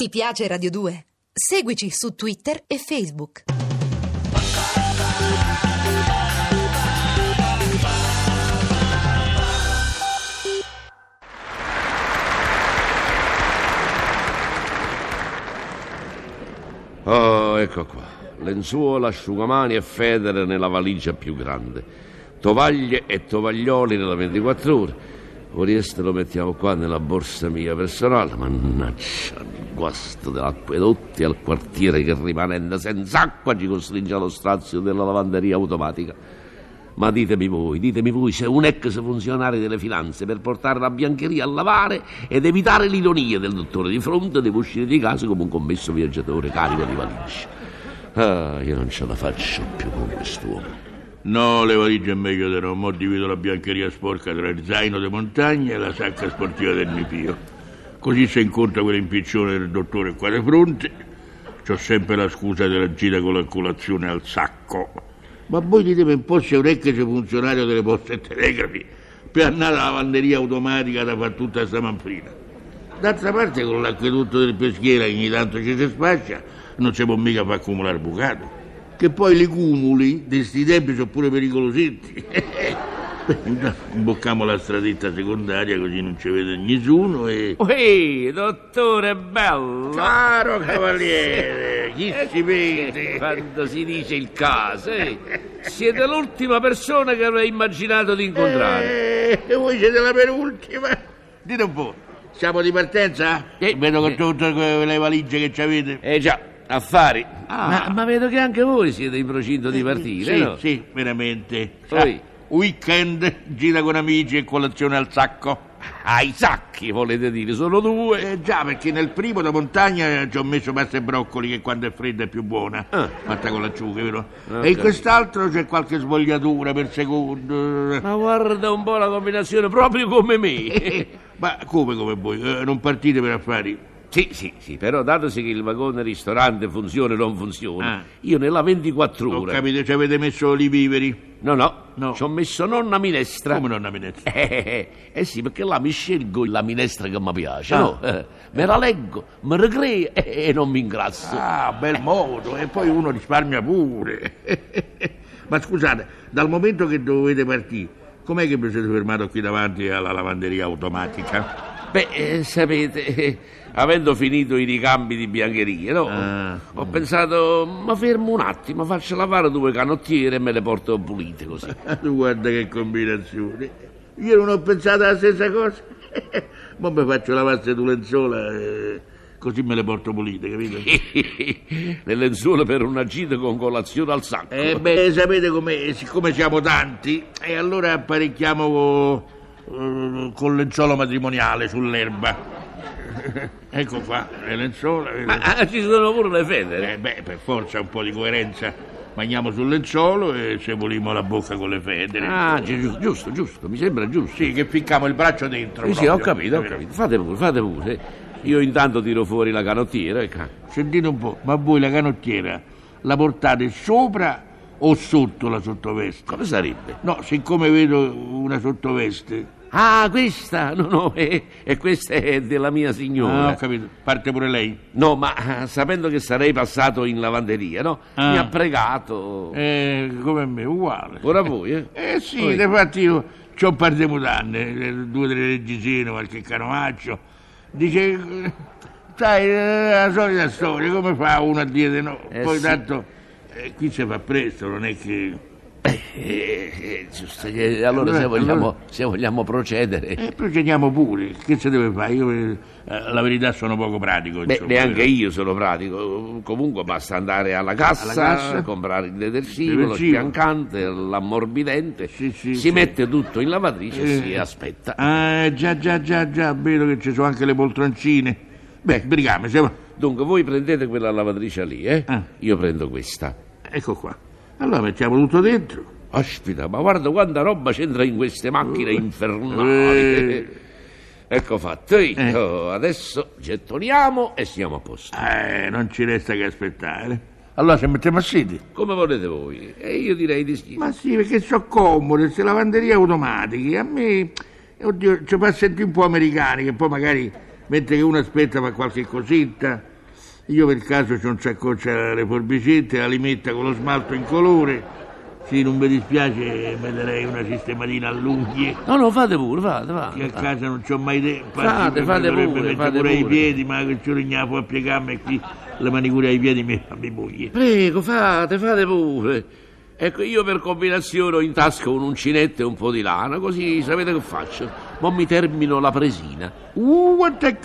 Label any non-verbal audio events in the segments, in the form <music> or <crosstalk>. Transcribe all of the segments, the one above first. Ti piace Radio 2? Seguici su Twitter e Facebook. Oh, ecco qua. Lenzuola, asciugamani e federe nella valigia più grande. Tovaglie e tovaglioli nella 24 ore. Orieste lo mettiamo qua nella borsa mia personale. Mannaggia, il guasto dell'acquedotti al quartiere che rimanendo senza acqua ci costringe allo strazio della lavanderia automatica. Ma ditemi voi, ditemi voi se un ex funzionario delle finanze per portare la biancheria a lavare ed evitare l'ironia del dottore di fronte deve uscire di casa come un commesso viaggiatore carico di valigie. Ah, io non ce la faccio più con quest'uomo. No, le valigie è meglio di no. Mo divido la biancheria sporca tra il zaino di montagna e la sacca sportiva del Nipio. Così se incontra quell'impiccione del dottore qua di fronte, c'ho sempre la scusa della gita con la colazione al sacco. Ma voi ditemi un po' se un ex funzionario delle poste e telegrafi per andare alla lavanderia automatica da fare tutta sta manfrina. D'altra parte con l'acquedotto del peschiera che ogni tanto ci si spaccia non si può mica far accumulare bucato che poi li cumuli di sti tempi sono pure pericolosetti. <laughs> Imbocchiamo la stradetta secondaria così non ci vede nessuno e... Oh, Ehi, dottore bello! Caro cavaliere, chi si Eh, vede? Quando si dice il caso, eh, siete l'ultima persona che avrei immaginato di incontrare. Eh, E voi siete la penultima. Dite un po', siamo di partenza? Eh, Vedo con eh. tutte quelle valigie che ci avete. Eh già, affari. Ah. Eh, Ma, ma vedo che anche voi siete in procinto di partire, sì, no? sì, veramente. Ah, Poi? weekend, gira con amici e colazione al sacco. Ah, i sacchi volete dire, sono due. Eh già, perché nel primo da montagna ci ho messo pasta e broccoli che quando è fredda è più buona, Ah. fatta con l'acciuga, vero? E in quest'altro c'è qualche svogliatura per secondo. Ma guarda un po' la combinazione, proprio come me. Eh, Ma come come voi? Eh, non partite per affari? <laughs> Sì, sì, sì, però datosi che il vagone ristorante funziona o non funziona, Ah. io nella 24 Ho ore. capito, ci avete messo lì i viveri. No, no, No. ci ho messo nonna minestra. Come nonna <laughs> Venezia? Eh, eh, eh, eh sì, perché là mi scelgo la minestra che mi piace, Ah. no? Eh, me la leggo, me la creo eh, e e non mi ingrasso. Ah, bel modo, e poi uno risparmia pure. <laughs> Ma scusate, dal momento che dovete partire, com'è che vi siete fermato qui davanti alla lavanderia automatica? <laughs> Beh, eh, sapete, <laughs> eh, avendo finito i ricambi di biancherie, no? Ah. Ho pensato, ma fermo un attimo, faccio lavare due canottiere e me le porto pulite così. <laughs> Ah, tu Guarda che combinazione. Io non ho pensato alla stessa cosa. <laughs> Ma mi faccio la pasta di lenzuola, eh, così me le porto pulite, capito? Le lenzuola per una gita con colazione al sacco. Eh beh, sapete com'è, siccome siamo tanti, e allora apparecchiamo eh, col lenzuolo matrimoniale sull'erba. <laughs> Ecco qua, le lenzuola. Ma ah, ci sono pure le federe. Eh beh, per forza un po' di coerenza. Mangiamo sul lenzuolo e se volimo la bocca con le federe. Ah, gi- giu- giusto, giusto, mi sembra giusto. Sì, che ficchiamo il braccio dentro. Sì, sì, ho proprio, capito, ho vero? capito. Fate pure, fate pure. Io intanto tiro fuori la canottiera. ecco. e ca- Sentite un po', ma voi la canottiera la portate sopra o sotto la sottoveste? Come sarebbe? No, siccome vedo una sottoveste. Ah, questa? No, no, e, e questa è della mia Ah, signora. ho capito, parte pure lei. No, ma ah, sapendo che sarei passato in lavanderia, no? Ah. Mi ha pregato. Eh, come me, uguale. Ora voi, eh? Eh sì, Poi- infatti io ho un par di mutanne, eh, due o tre reggisino, qualche canovaccio. Dice, eh, sai, eh, la solita storia, come fa uno a dire di no? Eh, Poi sì. tanto, eh, qui si fa presto, non è che... Eh, eh, eh, giusto, che allora, Allora, se, vogliamo, Eh, allora- Eh. se vogliamo procedere. E procediamo pure, che si deve fare? Io, eh, la verità, sono poco pratico. Beh, insomma. neanche io sono pratico. Comunque basta andare alla cassa, Alla cassa. comprare il detersivo, lo Detersivo. spiancante, l'ammorbidente. Sì, sì, si sì. mette tutto in lavatrice Eh. e si aspetta. Ah, già, già, già, già, vedo che ci sono anche le poltroncine. Beh, brigame, se va. Dunque voi prendete quella lavatrice lì, eh? Ah. Io prendo questa. Ecco qua. Allora mettiamo tutto dentro. Ospita, ma guarda quanta roba c'entra in queste macchine infernali. Eh. Ecco fatto. Ehi, Eh. oh, adesso gettoniamo e siamo a posto. Eh, non ci resta che aspettare. Allora se mettiamo a siti. Come volete voi? E io direi di sì. Ma sì, perché so comode, queste lavanderie automatiche. A me, oddio, ci fa sentire un po' americani, che poi magari mentre che uno aspetta fa qualche cosetta. Io per caso c'ho un saccoccia alle forbicette, la limetta con lo smalto in colore. Sì, non mi dispiace, mi darei una sistematina all'unghie. No, no, fate pure, fate, Che a fate. casa non c'ho mai tempo. Fate, fate pure, fate pure i pure. piedi, ma che ci regnato a piegarmi e qui la manicura ai piedi mi fa mi moglie. Prego, fate, fate pure. Ecco, io per combinazione ho in tasca un uncinetto e un po' di lana, così sapete che faccio? Mo' mi termino la presina. Uh, quanto è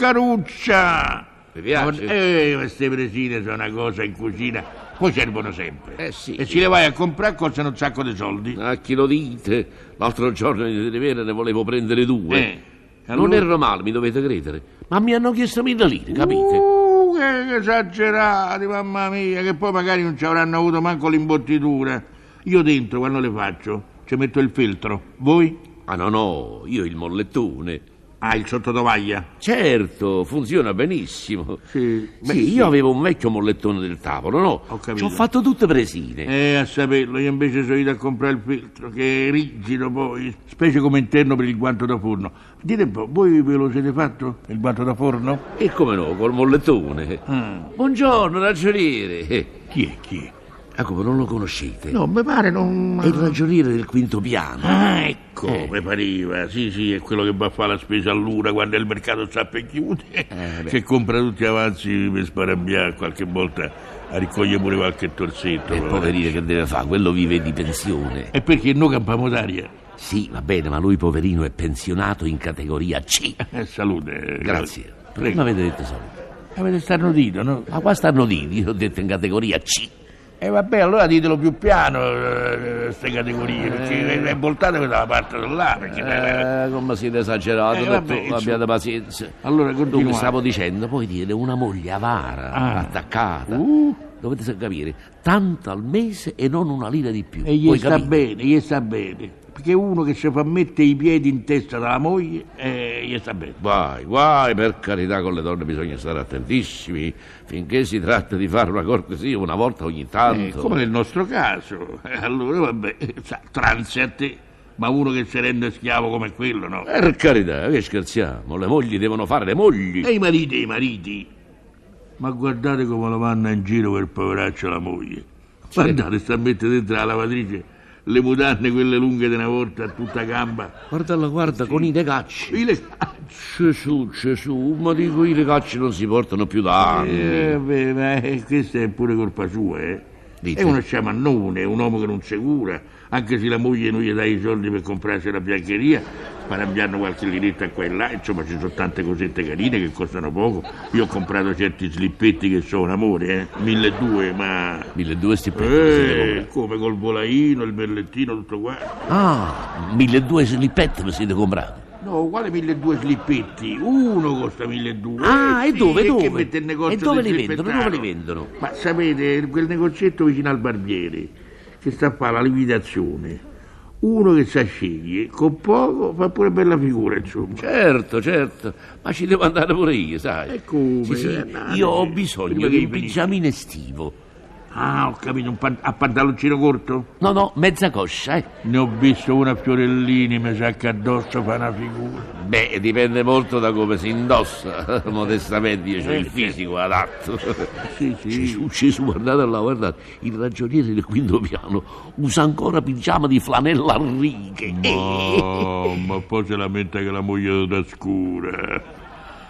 caruccia! Vi piace? Ma- Eh, queste presine sono una cosa in cucina, poi servono sempre. Eh, sì. E se le vai a comprare costano un sacco di soldi. A chi lo dite? L'altro giorno in Rivera ne volevo prendere due. Eh, Ah, Non allora- ero male, mi dovete credere. Ma mi hanno chiesto mille lire, capite? Uh, che che esagerati, mamma mia, che poi magari non ci avranno avuto manco l'imbottitura. Io dentro, quando le faccio, ci metto il filtro. Voi? Ah no, no, io il mollettone. Ah, il sottotovaglia. Certo, funziona benissimo. Sì, beh, sì, io avevo un vecchio mollettone del tavolo, no? Ho capito. Ci ho fatto tutte presine. Eh, a saperlo, io invece sono ido a comprare il filtro, che è rigido poi, specie come interno per il guanto da forno. Dite un po', voi ve lo siete fatto, il guanto da forno? E come no, col mollettone. Mm. Buongiorno, ragioniere. Eh, Chi è, chi è? Ah, come non lo conoscete? No, mi pare non... È il ragioniere del quinto piano. Ah, ecco, Eh. mi pariva. Sì, sì, è quello che va a fare la spesa all'una quando il mercato sta per chiudere. beh. che compra tutti gli avanzi per sparabbiare qualche volta a raccogliere pure qualche torsetto. E però. poverino che deve fare, quello vive di pensione. E perché noi campiamo d'aria? Sì, va bene, ma lui poverino è pensionato in categoria C. Eh, salute. Grazie. Prima Prego. avete detto salute. Avete starnutito, no? Ma qua stanno diti, io ho detto in categoria C. E vabbè, allora ditelo più piano, eh, queste categorie, perché le voltate quella parte da là. Perché... Eh, come siete esagerati, Eh, vabbè, dottore, abbiate insomma. pazienza. Allora, Dunque, continuate. stavo dicendo, poi dire una moglie avara, Ah. attaccata. Uh. Dovete capire, tanto al mese e non una lira di più. E gli Voi sta capite? bene, gli sta bene. Perché uno che si fa mettere i piedi in testa dalla moglie, eh, gli sta bene. Guai, guai, per carità, con le donne bisogna stare attentissimi. Finché si tratta di fare una cortesia una volta ogni Eh, tanto. come nel nostro caso. <laughs> Eh, Allora, vabbè, sa, transe a te, ma uno che si rende schiavo come quello, no? Per carità, che scherziamo, le mogli devono fare le mogli. E i mariti, i mariti. Ma guardate come la vanno in giro per poveraccia la moglie. Guardate, sta a mettere dentro la lavatrice le mutanne quelle lunghe di una volta a tutta gamba. Guardala, guarda, con i legacci. I le- Gesù, Gesù, ma dico i legacci non si portano più da anni. Eh, beh, ma eh, questa è pure colpa sua, eh. Dite. È uno sciamannone, è un uomo che non si cura, anche se la moglie non gli dà i soldi per comprarsi la biancheria, sparambiando qualche linetta qua e là, insomma ci sono tante cosette carine che costano poco. Io ho comprato certi slippetti che sono un amore, eh, 1200, ma... 1200 stipendi. Eh, come col volaino, il berlettino, tutto qua. Ah, 1200 slippetti vi siete comprati. No, quale 1200 slippetti? Uno costa 1200. Ah, Eh, e sì, dove, che dove? mette il negozio E dove del li vendono? Dove slippettaro? li vendono? Ma sapete, quel negozietto vicino al barbiere, che sta a fare la liquidazione, uno che sa sceglie, con poco fa pure bella figura, insomma. Certo, certo, ma ci devo andare pure io, sai. E come? Sì, sì, Andate. io ho eh, Prima bisogno che di un venite. pigiamino estivo. Ah, ho capito, un pan- a pantaloncino corto? No, no, mezza coscia, eh. Ne ho visto una a Fiorellini, mi sa che addosso fa una figura. Beh, dipende molto da come si indossa. Modestamente io Eh, ho il fisico adatto. Sì, sì. Gesù, Gesù, guardate là, guardate. Il ragioniere del quinto piano usa ancora pigiama di flanella a righe. Eh, Oh, ma poi si lamenta che la moglie è scura.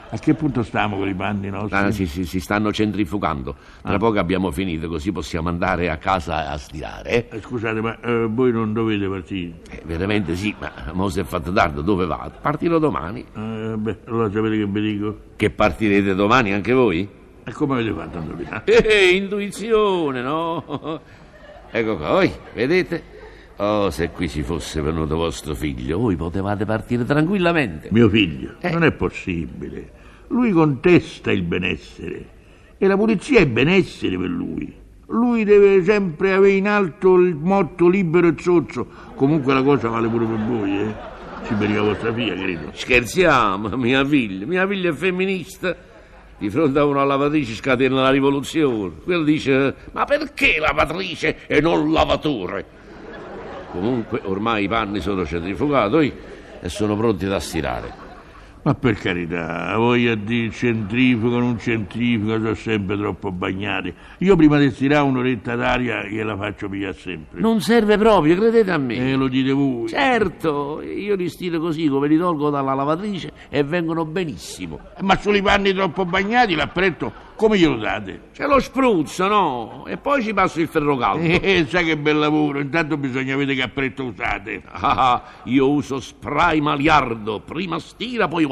A che punto stiamo con i panni nostri? Ah, sì, sì, si stanno centrifugando. Tra poco abbiamo finito, così possiamo andare a casa a stirare. eh? Eh, Scusate, ma eh, voi non dovete partire. Eh, veramente sì, ma mo se è fatto tardi, dove va? Partirò domani. Eh, beh, allora sapete che vi dico? Che partirete domani anche voi? E come avete fatto a indovinare? Eh, intuizione, no? <laughs> Ecco qua, voi, vedete? Oh, se qui ci fosse venuto vostro figlio, voi potevate partire tranquillamente. Mio figlio, Eh. non è possibile. Lui contesta il benessere. E la pulizia è benessere per lui. Lui deve sempre avere in alto il motto libero e zozzo. Comunque la cosa vale pure per voi, eh? Ci per la vostra figlia, credo. Scherziamo, <laughs> mia figlia, mia figlia è femminista. Di fronte a una lavatrice scatena la rivoluzione. Quello dice, ma perché lavatrice e non lavatore? Comunque ormai i panni sono centrifugati oi, e sono pronti da stirare. Ma per carità, voi a dire centrifugo, non centrifugo, sono sempre troppo bagnati. Io prima di stirare un'oretta d'aria gliela faccio pigliare sempre. Non serve proprio, credete a me. E lo dite voi. Certo, io li stiro così come li tolgo dalla lavatrice e vengono benissimo. Ma sui panni troppo bagnati l'appretto come <laughs> glielo date? Ce lo spruzzo, no? E poi ci passo il ferro caldo. Eh, sai che bel lavoro, intanto bisogna vedere che appretto usate. Ah, io uso spray maliardo, prima stira poi guardo.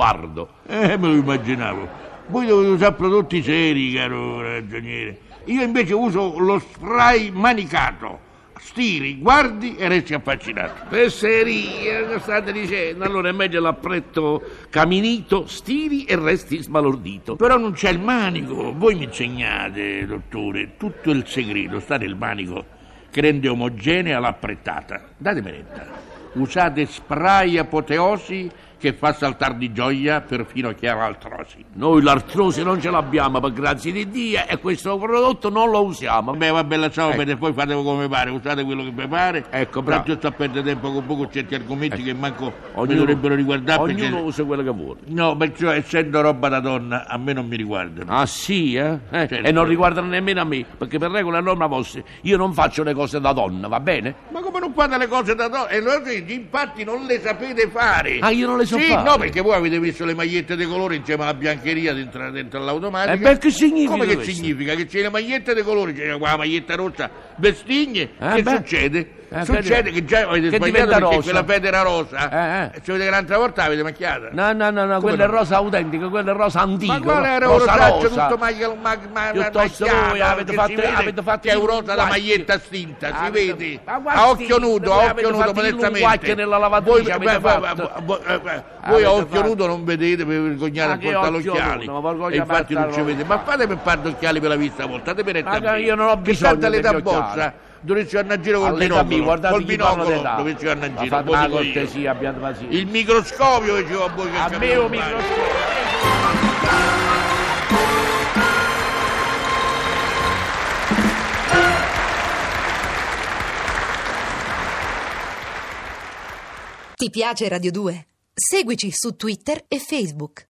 Eh, me lo immaginavo. Voi dovete usare prodotti seri, caro ragioniere. Io invece uso lo spray manicato. Stiri, guardi e resti affascinato. Eh, eh, Pesseria, che state dicendo? Allora è meglio l'appretto caminito, stiri e resti sbalordito. Però non c'è il manico. Voi mi insegnate, dottore, tutto il segreto sta nel manico che rende omogenea l'apprettata. Datemi retta. Usate spray apoteosi che fa saltar di gioia perfino chi ha l'artrosi. Noi l'artrosi non ce l'abbiamo, per grazia di Dio, e questo prodotto non lo usiamo. Vabbè, vabbè, lasciamo perdere, poi fate come pare, usate quello che vi pare. Ecco, bravo. Ecco. Tanto sto a perdere tempo con poco certi argomenti che manco mi Ognuno- dovrebbero riguardare. perché- Ognuno usa quello che vuole. No, perciò essendo roba da donna, a me non mi riguardano. Ah sì, eh? Eh, Certo. E non riguardano nemmeno a me, perché per regola e norma vostra io non faccio le cose da donna, va bene? Ma come non fate le cose da donna? E lo dici, infatti non le sapete fare. Ah, io non le so sì, fare. no, perché voi avete messo le magliette di colore insieme alla biancheria dentro, dentro all'automatica. E Eh, beh, che significa Come che questo? significa? Che c'è le magliette di colore, c'è la maglietta rossa, vestigne, Eh, che beh. succede? Eh, succede che- che già avete che sbagliato diventa perché rosa. quella federa rosa, Eh, eh. se vedete che l'altra volta l'avete macchiata. No, no, no, no quella no? è rosa autentica, quella è rosa antica. Ma quale no? era un rosa rosaccio rosa. tutto maglia ma, ma, Piuttosto macchiato, voi avete che fatto- si vede avete fatto che è il un rosa da linguaggio. maglietta stinta, si Avete- vede. ma guarda, A occhio stinta, voi nudo, a avete occhio nudo fatto il modestamente. linguaggio nella lavatrice, Voi- avete beh, fatto. beh, voi- eh, beh, Voi Avete a occhio fatto. nudo non vedete per vergognare Ma a che portare occhio occhiali. nudo, ma vergogna E infatti non ci portare- vede. Ma fate per fare occhiali per la vista volta, date per retta Ma a me. io non ho Che bisogno tanta l'età degli occhiali. vostra, dovresti andare a giro col All'età mia, binocolo. guardate Col chi parla binocolo d'età. dovresti andare a Ma giro. fate voi una dico io. cortesia, abbiate pazienza. Il microscopio che c'ho a voi che A me capite un male. microscopio. Ti piace Radio 2? Seguici su Twitter e Facebook.